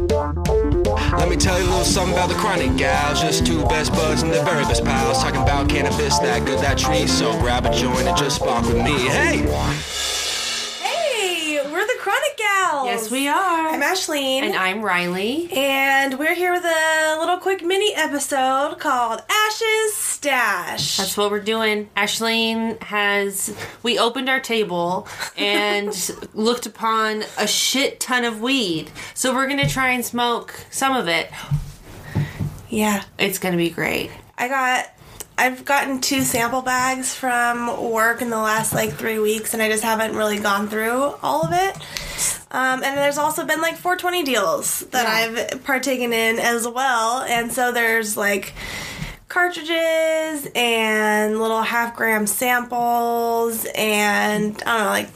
Let me tell you a little something about the chronic gals. Just two best buds and the very best pals. Talking about cannabis, that good, that tree. So grab a joint and just spark with me. Hey! Hey, we're the Chronic Gals. Yes, we are. I'm Ashleen. and I'm Riley. And we're here with a little quick mini episode called Ashes Stash. That's what we're doing. Ashleen has. We opened our table and looked upon a shit ton of weed. So we're gonna try and smoke some of it. yeah. It's gonna be great. I got I've gotten two sample bags from work in the last like three weeks and I just haven't really gone through all of it. Um, and there's also been like 420 deals that I've partaken in as well. And so there's like cartridges and little half gram samples and I don't know, like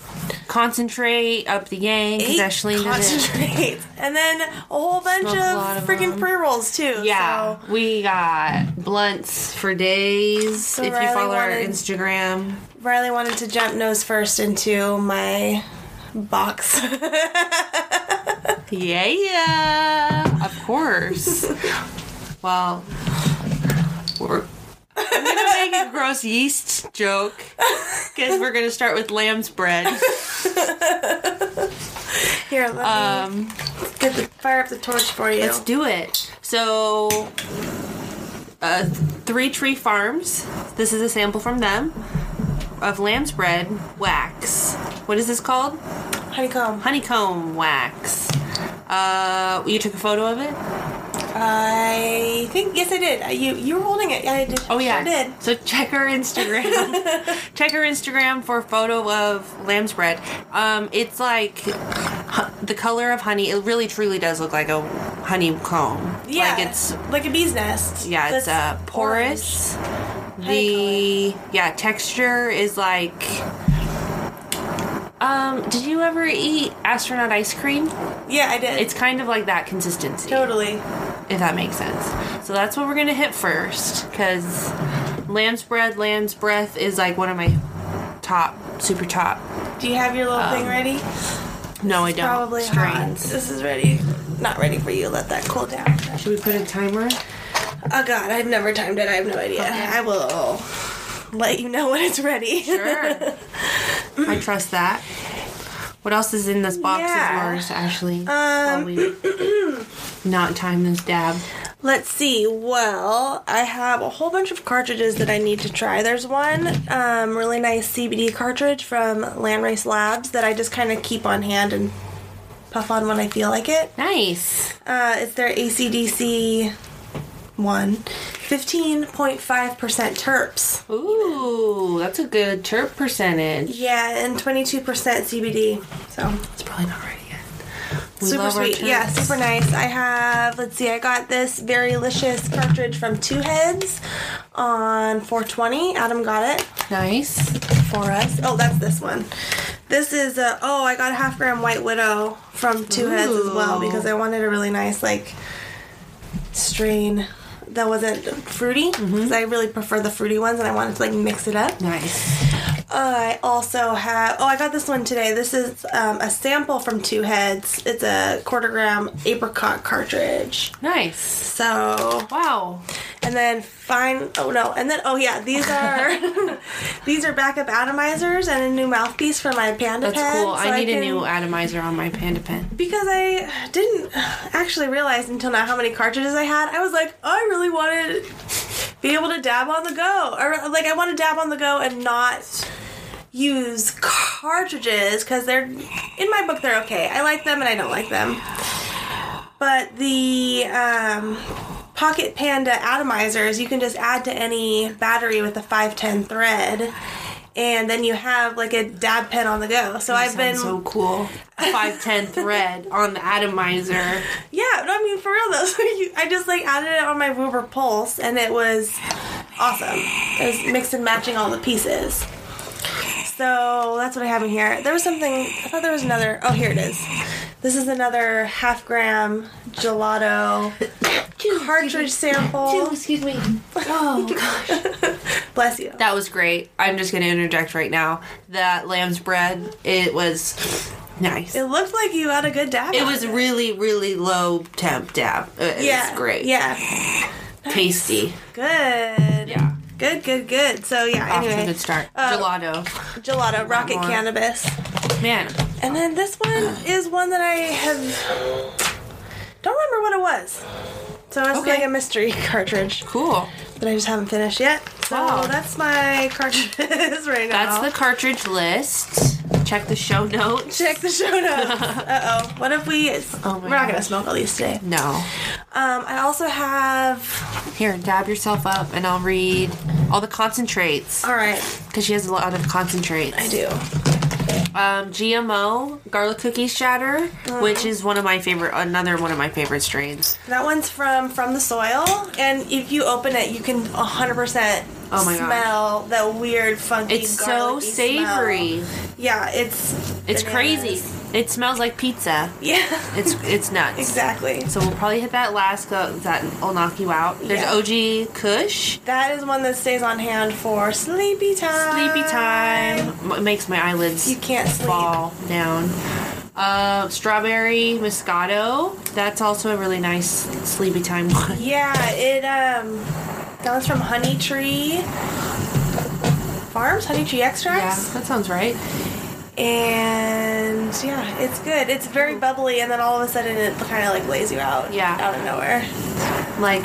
Concentrate up the game because eight Ashleen does it. concentrates. And then a whole bunch Smoked a lot of of freaking them. pre rolls too. Yeah, So we got blunts for days. So if you Riley follow our wanted- Instagram, Riley wanted to jump nose first into my box. Yeah, yeah, of course. well, we're. I'm gonna make a gross yeast joke because we're gonna start with lamb's bread. Here, let Um, me get the fire up the torch for you. let's do it. So, uh, Three Tree Farms. This is a sample from them of lamb's bread wax. What is this called? honeycomb. Honeycomb wax. Uh, you took a photo of it. I think yes, I did. I- You you were holding it. Yeah, I did. Oh yeah. sure did. So check her Instagram. check her Instagram for a photo of lamb's bread. Um, it's like hu- the color of honey. It really truly does look like a honeycomb. Yeah, Like it's like a bee's nest. yeah, it's uh, That's porous. Honey The yeah texture is like. Um, did you ever eat astronaut ice cream? orange. Yeah, I did. It's kind of like that consistency totally. if that makes sense. So that's what we're gonna hit first, because lamb's bread, lamb's breath is like one of my top, super top. Do you have your little thing ready? No, I Um, don't. Probably hot. strains. This is ready. Not ready for you. Let that cool down. Should we put a timer? Oh God, I've never timed it. I have no idea. I will let you know when it's ready. Sure. I trust that. What else is in this box Yeah. is yours, Ashley. Um, we not time this dab. Let's see. Well, I have a whole bunch of cartridges that I need to try. There's one um, really nice CBD cartridge from Landrace Labs that I just kind of keep on hand and puff on when I feel like it. Nice. Uh, it's their ACDC one, 15.5% terps. Ooh, that's a good terp percentage. Yeah, and 22% CBD. So It's probably not ready yet. We super love our sweet. Yeah, terps. super nice. I have, let's see, I got this very delicious cartridge from Two Heads on 420. Adam got it. Nice. for us. Oh, that's this one. This is a oh, I got a half gram White Widow from Two Heads as well Ooh. because I wanted a really nice like strain that wasn't fruity because I really prefer the fruity ones and I wanted to like mix it up. Nice. I also have oh, I got this one today. This is um, a sample from Two Heads. It's a quarter gram apricot cartridge. Nice. So Wow. and then fine. Oh no. And then oh yeah, these are these are backup atomizers and a new mouthpiece for my panda That's pen. cool. so I need a can- new atomizer on my panda pen. because I didn't actually realize until now how many cartridges I had. I was like, oh, I really wanted to be able to dab on the go, or like I want to dab on the go and not use cartridges because they're in my book they're okay. I like them and I don't like them. But the um, Pocket Panda atomizers, you can just add to any battery with a 510 thread. And then you have like a dab pen on the go. So I've been so cool. Five ten thread on the atomizer. Yeah, no, I mean for real though. So you, I just like added it on my Wilbur Pulse, and it was awesome. It was mixed and matching all the pieces. So that's what I have in here. There was something. I thought there was another. Oh, here it is. This is another half gram gelato cartridge sample. excuse me. Oh gosh. Bless you. That was great. I'm just gonna interject right now. That lamb's bread. It was nice. It looked like you had a good dab. It on was really, really low temp dab. Uh, It it yeah, was great. Yeah, Tasty. good. Yeah. Good, good, good. So yeah, Off to a anyway, good start. Uh, Gelato. gelato, rocket more. cannabis, Man. and then this one is one that I have don't remember what it was. So it's Okay. like a mystery cartridge Cool. that I just haven't finished yet. So Wow. that's my cartridges right That's now. the cartridge list. Check the show notes. check the show notes. uh oh, what if we? Oh my we're not gonna gosh. smoke all these today. No. Um, I also have. Here, dab yourself up and I'll read all the concentrates. All right, Because she has a lot of concentrates. I do. Um, GMO, garlic cookie shatter, which is one of my favorite, another one of my favorite strains. That one's from From the Soil, and if you open it, you can 100% Oh my gosh. smell that weird funky. It's so garlicky savory. smell. Yeah, it's bananas. It's crazy. It smells like pizza. Yeah, It's it's nuts. exactly. So we'll probably hit that last go- that will knock you out. There's Yeah. OG Kush. That is one that stays on hand for sleepy time. Sleepy time M- makes my eyelids You can't sleep. fall down. Uh, strawberry Moscato. That's also a really nice sleepy time one. Yeah, it um, that one's from Honey Tree Farms, Honey Tree Yeah, Extracts. that sounds right. And yeah, it's good. It's very bubbly, and then all of a sudden it kind of like lays you out. Yeah. Out of nowhere. Like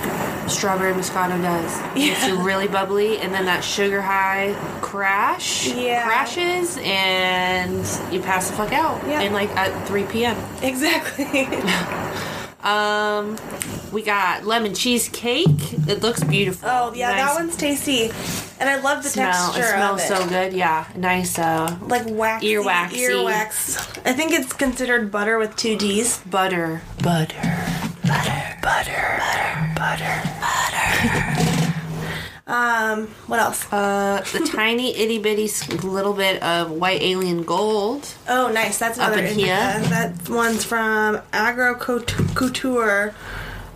strawberry Moscato does. It's Yeah. really bubbly, and then that sugar high crash Yeah. crashes, and you pass the fuck out. Yeah. And like at 3 p.m. Exactly. Um, we got lemon cheesecake. It looks beautiful. oh yeah, Nice that one's tasty, and I love the Smell. texture It smells of it. so good. Yeah, nice. Uh, Like wax. Earwaxy. Earwax. I think it's considered butter with two D's. butter. Butter. Butter. Butter. Um, what else? Uh, the tiny itty bitty s- little bit of white alien gold. Oh, nice. That's another in indica. here. That one's from Agro Coutu- Couture.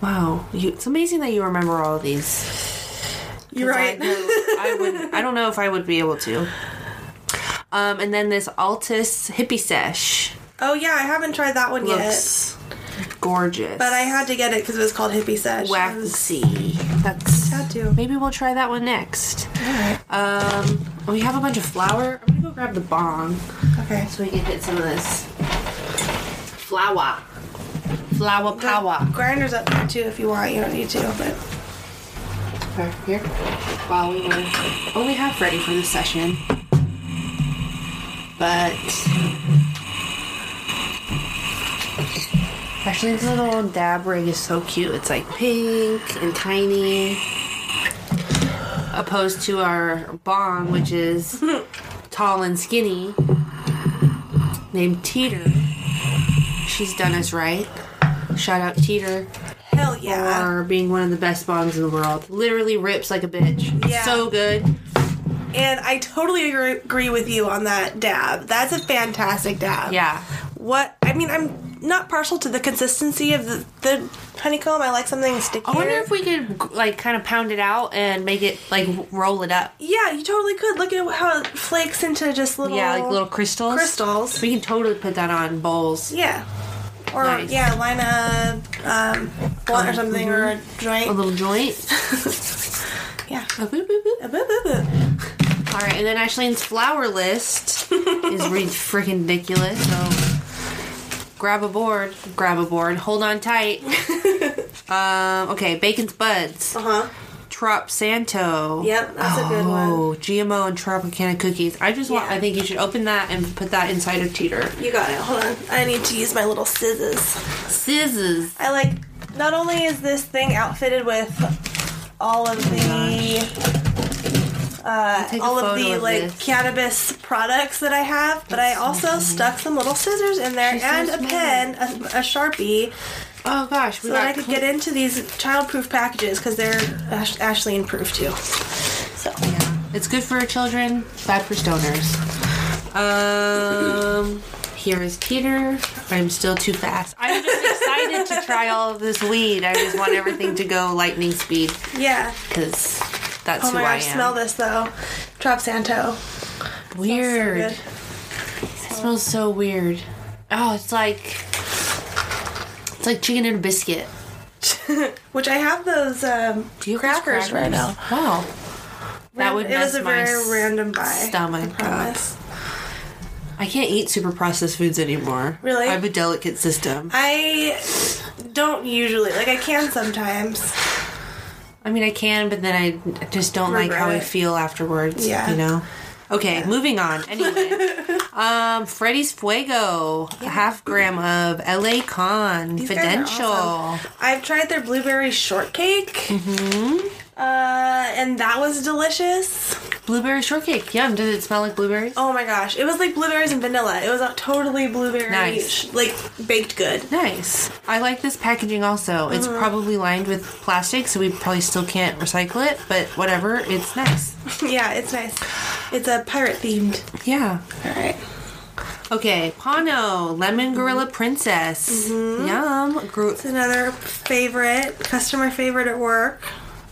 Wow, you, it's amazing that you remember all of these. You're 'Cause right. I, do- I would. I don't know if I would be able to. Um, and then this Altus hippie sesh oh yeah, I haven't tried that one yet, looks gorgeous. but I had to get it because it was called Hippie Sesh. I was- waxy. That's Had to. Maybe we'll try that one next. Um, we have a bunch of flour. I'm gonna go grab the bong Okay. so we can hit some of this flour. Flour The power. Grinder's up there too if you want. You don't need to, but Over Here. While we were only half ready for this session, but actually this little dab rig is so cute. It's like pink and tiny, opposed to our bong, which is tall and skinny, named Teeter. She's done us right. Shout out Teeter hell yeah. for being one of the best bonds in the world. Literally rips like a bitch. It's Yeah. So good. And I totally agree, agree with you on that dab. That's a fantastic dab. Yeah. What I mean, I'm not partial to the consistency of the, the honeycomb. I like something stickier. I wonder if we could like kind of pound it out and make it like roll it up. yeah, you totally could. Look at how it flakes into just little Yeah, like little crystals. crystals. We can totally put that on bowls. Yeah. Or Nice. yeah, line a um, blunt or something or a joint. A little joint. yeah. A boop, boop, boop. A boo boo boo. All right, and then Ashlyn's flower list is really freaking ridiculous. So grab a board, grab a board, hold on tight. um, okay, bacon's buds, Uh huh. Trop Santo. Yep, that's a good one. Oh, GMO and Tropicana cookies. I just want. Yeah. I think you should open that and put that inside of teeter. You got it. Hold on. I need to use my little scissors. Scissors. I like. Not only is this thing outfitted with all of the uh, take a all of photo the of like this. cannabis products that I have, but I also stuck some little scissors in there She's so and a smart. pen, a, a sharpie, Oh gosh, we so that I could get into these childproof packages because they're Ash- Ashleen proof too. So It's good for children, bad for stoners. Um, here is Peter. I'm still too fast. I'm just excited to try all of this weed. I just want everything to go lightning speed yeah. because that's Oh who my I gosh! am. Smell this though, Trop Santo. Weird. So good. It smells so weird. Oh, it's like it's like chicken and a biscuit. Which I have those um, Do you have crackers, those right now. Wow. That would it was mess a my very random buy. stomach I up. promise. I can't eat super processed foods anymore. Really? I have a delicate system. I don't usually like. I can sometimes. I mean, I can, but then I just don't like how I Regret it. feel afterwards. Yeah. You know? Okay, moving on. Anyway, um, Freddy's Fuego, a half gram of LA Con, These guys are Confidential. awesome. I've tried their blueberry shortcake. Mm-hmm. Uh, and that was delicious. Blueberry shortcake. Yum. Does it smell like blueberries? Oh my gosh, it was like blueberries and vanilla. It was a totally blueberry, Nice. sh- like baked good. Nice. I like this packaging also. It's probably lined with plastic, so we probably still can't recycle it, but whatever. It's nice. yeah, it's nice. It's a pirate themed. Yeah. All right. Okay, Pano, Lemon Gorilla Princess. Yum. Gor- It's another favorite, customer favorite at work.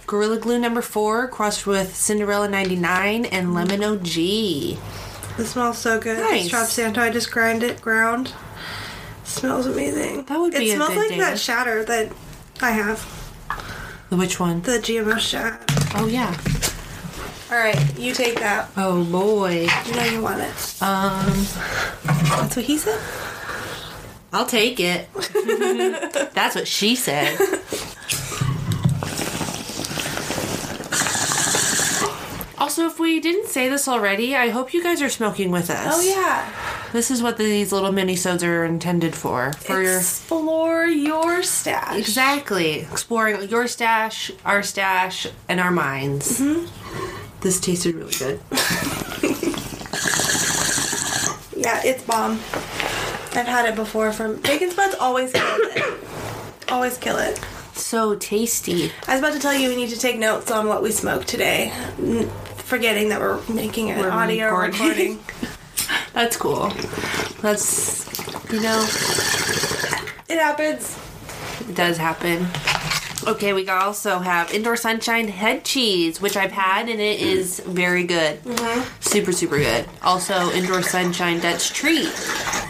Gorilla Glue number four, crossed with Cinderella 99 and Lemon OG. It smells so good. Nice. It's Chop Santo. I just grind it, ground. smells amazing. That would be It a smells good like day. that shatter that I have. Which one? The GMO shatter. Oh, yeah. All right, you take that. Oh, boy. You know you want it. Um, That's what he said. I'll take it. That's what she said. Also, if we didn't say this already, I hope you guys are smoking with us. Oh yeah. This is what these little mini sods are intended for. For your Explore your stash. Exactly. Exploring your stash, our stash, and our minds. This tasted really good. Yeah, it's bomb. I've had it before from Bacon Spuds. Always kill it. always kill it. So tasty. I was about to tell you we need to take notes on what we smoked today, N- forgetting that we're making an We're audio recording. recording. That's cool. That's, you know, it happens. it does happen. Okay, we also have Indoor Sunshine Head Cheese, which I've had and it is very good. Super, super good. Also, Indoor Sunshine Dutch Treat,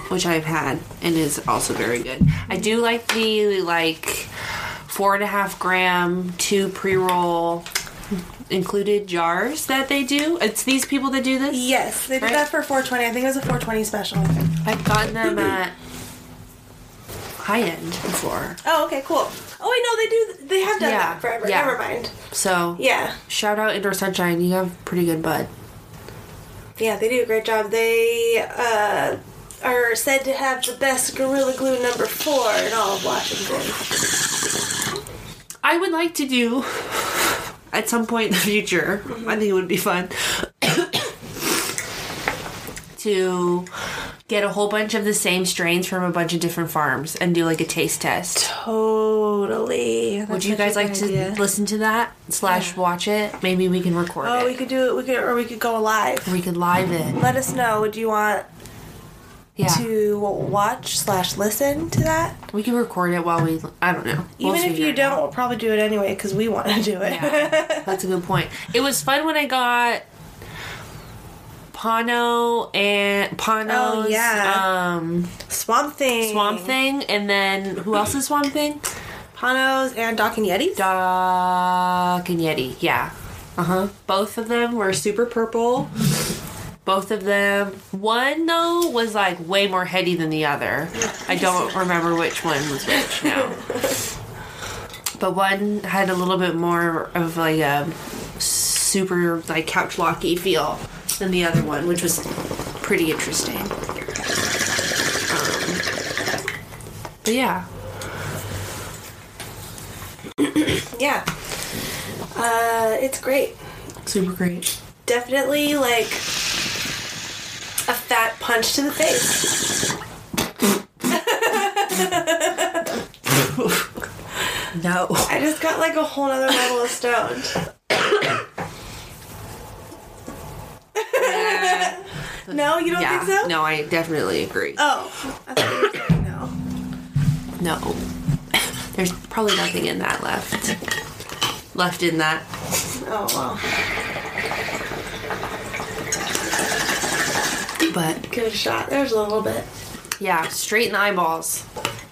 which I've had and is also very good. I do like the, like, four and a half gram, two pre roll included jars that they do. It's these people that do this? Yes, they did Right. that for 420. I think it was a 420 special. I've gotten them at high end before. Oh, okay, cool. Oh wait, no, they do. They have done Yeah, that forever. yeah. Never mind. So, Yeah, shout out Indoor Sunshine. You have pretty good bud. yeah, they do a great job. They uh, are said to have the best Gorilla Glue number four in all of Washington. I would like to do at some point in the future. I think it would be fun to get a whole bunch of the same strains from a bunch of different farms and do like a taste test. Totally. Would you guys like to listen to that slash watch it? Maybe we can record Oh, we it. could do it. We could, or we could go live. We could live it. Let us know. Would you want Yeah, to watch slash listen to that? we can record it while we. I don't know. We'll Even if figure you it don't, out. we'll probably do it anyway because we want to do it. Yeah, that's a good point. It was fun when I got Pano and Pano's Oh, yeah. um, Swamp Thing, Swamp Thing, and then who else is Swamp Thing? Panos, and Doc and Yeti. Doc and Yeti. Yeah. Uh huh. Both of them were super purple. Both of them. One though was like way more heady than the other. I don't remember which one was which now. But one had a little bit more of like a super like couch locky feel than the other one, which was pretty interesting. Um, but yeah, Yeah, uh, it's great. super great. Definitely like a fat punch to the face. No. I just got like a whole nother level of stoned. No, you don't yeah. think so? No, I definitely agree. Oh, I thought you were saying no. no. There's probably nothing in that left. Left in that. Oh well, But give it a shot. There's a little bit. Yeah, straight in the eyeballs.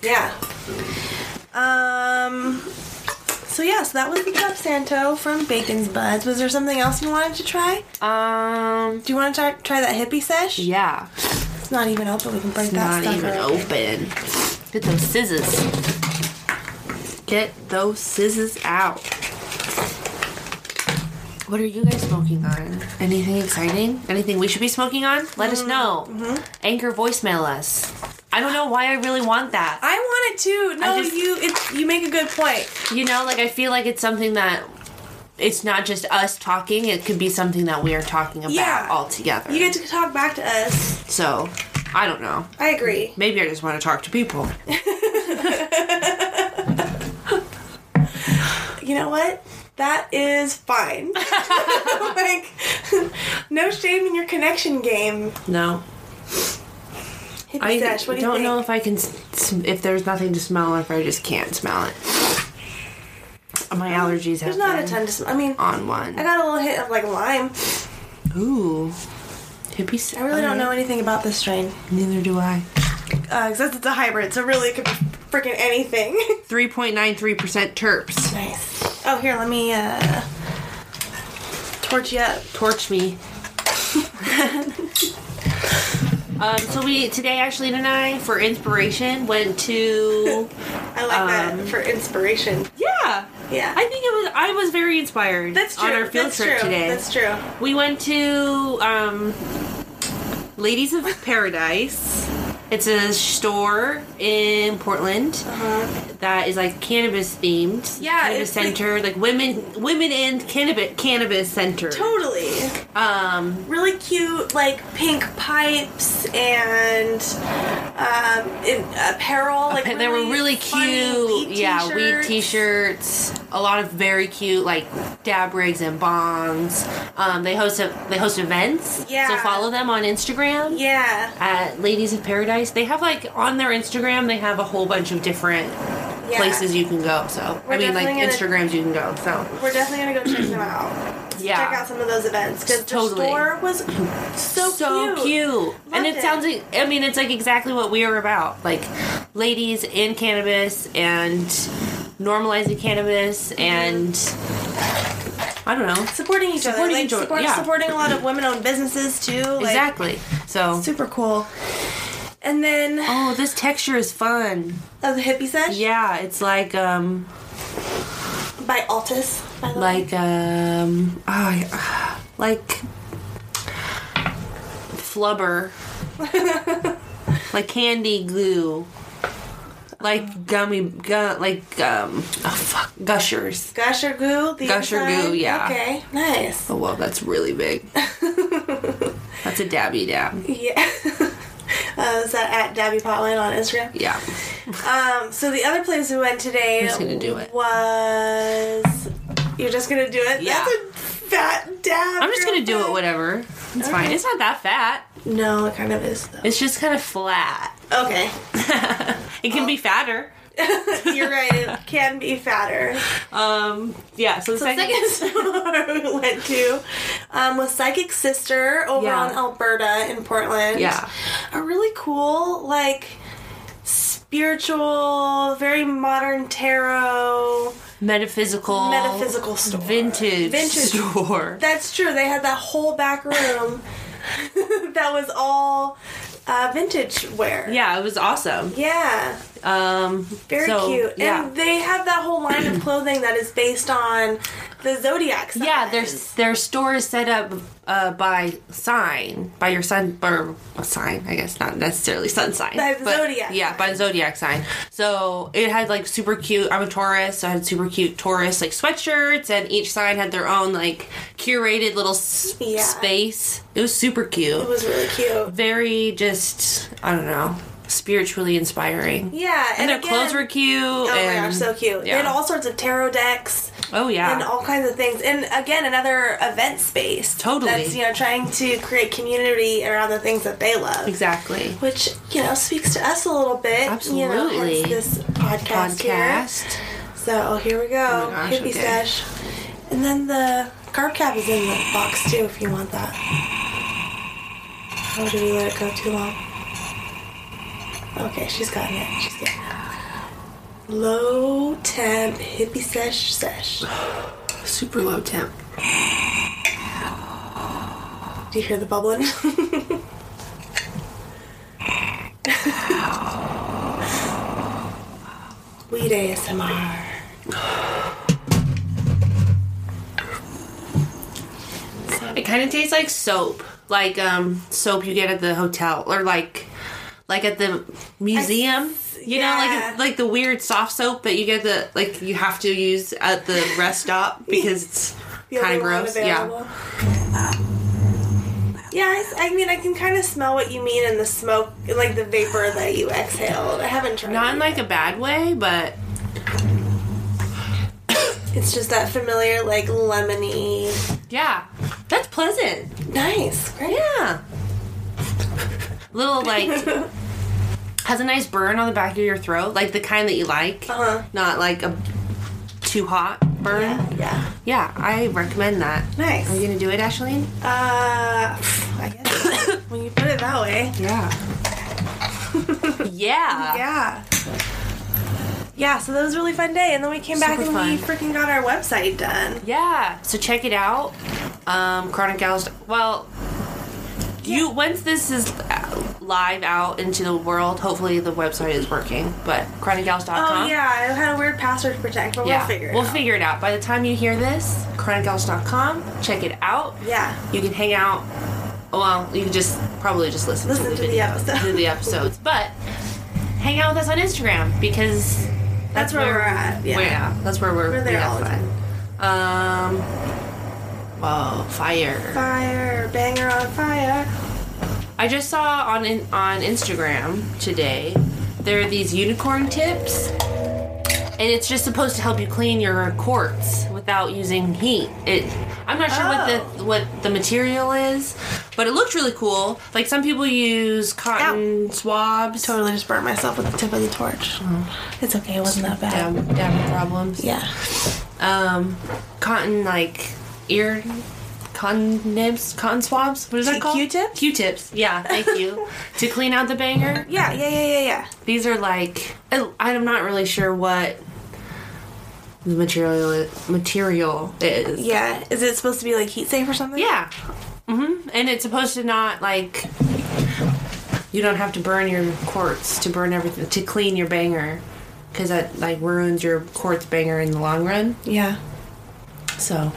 Yeah. Um. So yeah, so that was the cup santo from Bacon's Buds. Was there something else you wanted to try? Um, Do you want to try, try that hippie sesh? yeah. It's not even open. We can break that Not stuff. even out. open. Get those scissors. Get those scissors out. What are you guys smoking on? Anything exciting? Anything we should be smoking on? Let Mm, us know. mm-hmm. Anchor voicemail us. I don't know why I really want that. I want it too. No, I just- you. It's you make a good point. You know, like I feel like it's something that it's not just us talking, it could be something that we are talking about Yeah. all together. You get to talk back to us. so, I don't know. I agree. Maybe I just want to talk to people. You know what? That is fine. like, no shame in your connection game. No. Hippie I sesh. What do you don't think? know if I can, s- s- if there's nothing to smell, or if I just can't smell it. My allergies have Um, There's not been a ton to. Sm- I mean, I on one. got a little hit of like lime. Ooh, hippie. se- I really don't know anything about this strain. Neither do I. Uh, since it's a hybrid, so really it could be freaking anything. Three point nine three percent terps. nice. Oh, here, let me uh, torch you up. Torch me. um, so we today, Ashley and I, for inspiration, went to. I like that for inspiration. Yeah, Yeah. I think it was. I was very inspired. that's true. On our field that's trip true. today. That's true. We went to um, Ladies of Paradise. It's a store in Portland that is like cannabis themed. Uh-huh. Yeah, it's cannabis like- center, like, women, women in cannabis, cannabis center. Totally. Um, really cute like pink pipes and um, in apparel. Like and they were really cute. funny weed yeah, weed t-shirts. T-shirts. A lot of very cute like dab rigs and bongs. Um, they host a, they host events. Yeah. So follow them on Instagram. Yeah, at Ladies of Paradise. They have like on their Instagram, they have a whole bunch of different yeah. places you can go. So We're I mean, like definitely gonna- Instagrams you can go. So We're definitely gonna go check them out. yeah, Check out some of those events because the Totally. store was so, so cute, and it, it. sounds like I mean, it's like exactly what we are about, like ladies in cannabis and normalizing cannabis Mm-hmm. and. I don't know. Supporting each other, Supporting like, each other, support- yeah. supporting a lot of women-owned businesses too. Like, Exactly. So, Super cool. And then oh, this texture is fun. of the hippie sesh Yeah, it's like um by Altus. By the way. like um oh, I- like flubber like candy glue like gummy gu- like um oh, fuck gushers Gusher Goo. The Gusher Goo, inside? yeah. Okay. Nice. oh well that's really big that's a dabby dab Yeah. Uh, is that at Dabby Potland on Instagram? yeah Um, so the other place we went today Who's gonna do it? was you're just gonna do it. Yeah. That's a fat dab. i'm just gonna do it girlfriend. whatever it's fine it's not that fat No, it kind of is though. it's just kind of flat Okay, it can be fatter you're right. It can be fatter. um yeah so the The second, second store we went to um, was Psychic Sister over Yeah. on Alberta in Portland. Yeah. A really cool, like, spiritual, very modern tarot, metaphysical metaphysical store. vintage, Vintage. store That's true. They had that whole back room that was all uh, vintage wear. Yeah, it was awesome. Yeah, Um, very so, cute. Yeah, And they have that whole line of clothing that is based on the zodiac signs. yeah. Their their store is set up uh, by sign, by your sun or a sign, I guess, not necessarily sun sign, By the but- zodiac Yeah, by the zodiac sign. So it had like super cute. I'm a Taurus, so I had super cute Taurus like sweatshirts, and each sign had their own like curated little s- Yeah. space. It was super cute. It was really cute. Very just I don't know, spiritually inspiring. Yeah, And, their again- clothes were cute. Oh and, my gosh, so cute. They yeah. had all sorts of tarot decks Oh yeah. and all kinds of things. And again, another event space. Totally. That's, you know, trying to create community around the things that they love. Exactly. Which, you know, speaks to us a little bit. You know, Absolutely. hence this podcast, here. Podcast. Oh So oh, here we go. my gosh, Hippie okay. stash. And then the carb cap is in the box too if you want that. Or do we let it go too long? Okay, she's gotten it. She's getting it. Low temp hippie sesh sesh. Super low temp. Do you hear the bubbling? Weed ASMR. It kind of tastes like soap, like um soap you get at the hotel or like like at the museum. You yeah. know, like like the weird soft soap that you get the like you have to use at the rest stop because it's The kind only of one gross. available. Yeah, Yeah, I, s- I mean, I can kind of smell what you mean in the smoke, like the vapor that you exhaled. I haven't tried. not in it like a bad way, but yet. It's just that familiar, like lemony. yeah, that's pleasant. Nice, great. Yeah, little like has a nice burn on the back of your throat, like the kind that you like, Uh-huh. not like a too hot burn. Yeah, yeah. Yeah, I recommend that. Nice. Are you gonna do it, Ashley? Uh, I guess when you put it that way, Yeah. yeah. yeah. Yeah, so that was a really fun day, and then we came back and Super we fun. freaking got our website done. Yeah. So check it out. Um, Chronic Gals. Well, you once this is live out into the world, hopefully the website is working. But chronicgals.com. Oh yeah, I had a weird password to protect, but Yeah, we'll figure it out. out. By the time you hear this, chronicgals.com. Check it out. Yeah, You can hang out. Well, you can just probably just listen, listen to the to video. the episode. do the episodes, but hang out with us on Instagram because That's where we're at, yeah. we're- that's where we're, We're there we have all the fun. Um, whoa, fire! Fire, banger on fire. I just saw on in, on Instagram today there are these unicorn tips, and it's just supposed to help you clean your quartz without using heat. It. I'm not sure Oh. what the what the material is, but it looked really cool. Like some people use cotton swabs. Totally just burnt myself with the tip of the torch. Mm. It's okay, it wasn't that bad. Dab, dab problems. Yeah. um, cotton like ear cotton nibs, cotton swabs. What is that called? Q-tips? Q-tips. Yeah, thank you. to clean out the banger. Yeah, yeah, yeah, yeah, yeah. These are like I- I'm not really sure what the material material is. Yeah. Is it supposed to be like heat safe or something? Yeah. hmm And it's supposed to not like you don't have to burn your quartz to burn everything to clean your banger because that like ruins your quartz banger in the long run. Yeah. So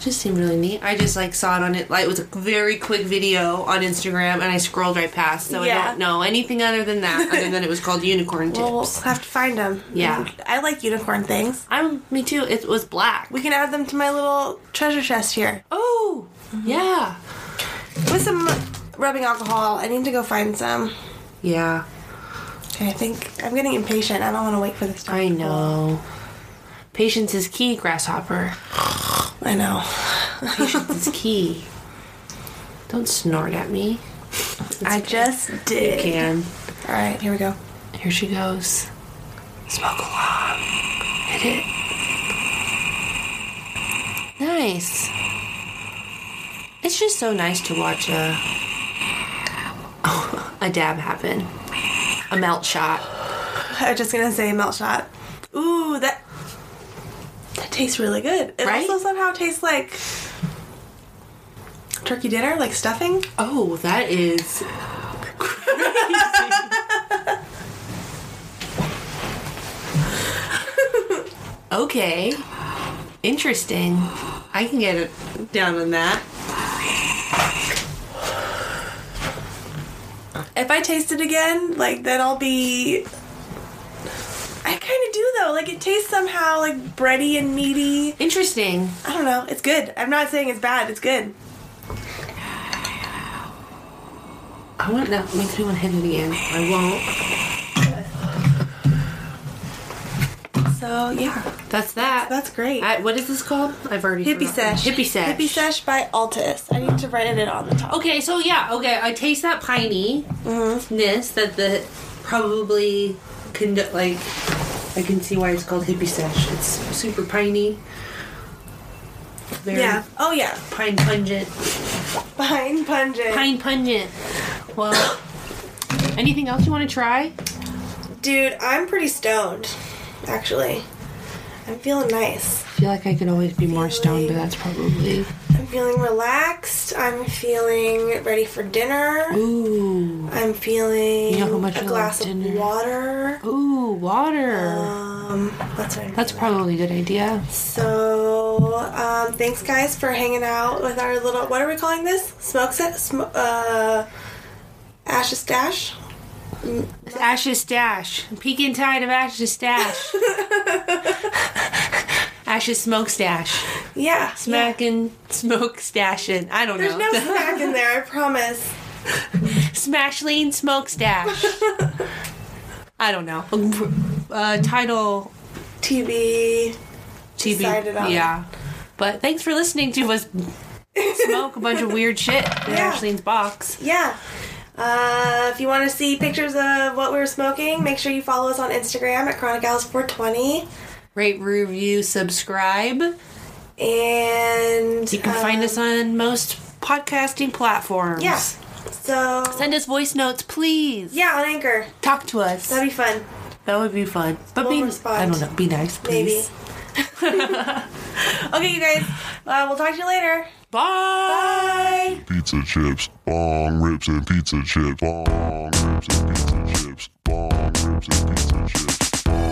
just seemed really neat. I just like saw it on it like it was a very quick video on Instagram and I scrolled right past so I Yeah. don't know anything other than that other than it was called unicorn tips. Well, we'll have to find them. Yeah. I like unicorn things. I'm me too. It was black. We can add them to my little treasure chest here oh, yeah. with some rubbing alcohol. I need to go find some. Yeah. Okay, I think I'm getting impatient. I don't want to wait for this. to I cool. know. Patience is key, grasshopper. I know. Patience is key. Don't snort at me. I just did. Can. All right, here we go. Here she goes. Smoke alarm. Hit it. Nice. It's just so nice to watch a a dab happen. A melt shot. I was just gonna say melt shot. Ooh, that that tastes really good. It Right? also somehow tastes like turkey dinner, like stuffing. Oh, that is crazy. okay. Interesting. I can get it down on that. If I taste it again, like then I'll be. I kind of do though. Like it tastes somehow like bready and meaty. Interesting. I don't know. It's good. I'm not saying it's bad. It's good. I want that makes me want to hit it again. I won't. So yeah, That's that. that's great. I, what is this called? I've already Hippie forgotten. sesh. Hippie sesh. Hippie sesh by Altus. I need to write it on the top. Okay, so yeah, okay, I taste that piney ness that the probably can like. I can see why it's called hippie sesh. It's super piney. Very Yeah. Oh yeah. Pine pungent. Pine pungent. Pine pungent. Well, Anything else you want to try? Dude, I'm pretty stoned, actually. I'm feeling nice. I feel like I could always be more stoned, but that's probably. I'm feeling relaxed. I'm feeling ready for dinner. Ooh. I'm feeling You know how much I a love glass of dinner. water. Ooh, water. Um, that's what I'm That's feeling. probably a good idea. So, um, thanks guys for hanging out with our little. What are we calling this? Smoke set. Sm- uh, Ashes stash. Ashes stash. Peek in tide of ashes stash. ashes smoke stash. Yeah. Smacking, smoke stashin'. I don't There's know. no smack in there. I promise. Smash lean smoke stash. I don't know. Uh, title TB. TB. Decided on. Yeah. But thanks for listening to us smoke a bunch of weird shit in Yeah. Ashley's box. Yeah. Uh, if you want to see pictures of what we were smoking, make sure you follow us on Instagram at Chronic Alice 420. Rate, review, subscribe. And You can find us on most podcasting platforms. Um, Yeah. So Send us voice notes, please. yeah, on Anchor. Talk to us. That'd be fun. That would be fun. But We'll be respond. I don't know. Be nice, Maybe. please. okay, you guys. Uh, we'll talk to you later. Bye. pizza chips, bong rips and pizza chips, bong rips and pizza chips, bong rips and pizza chips, bong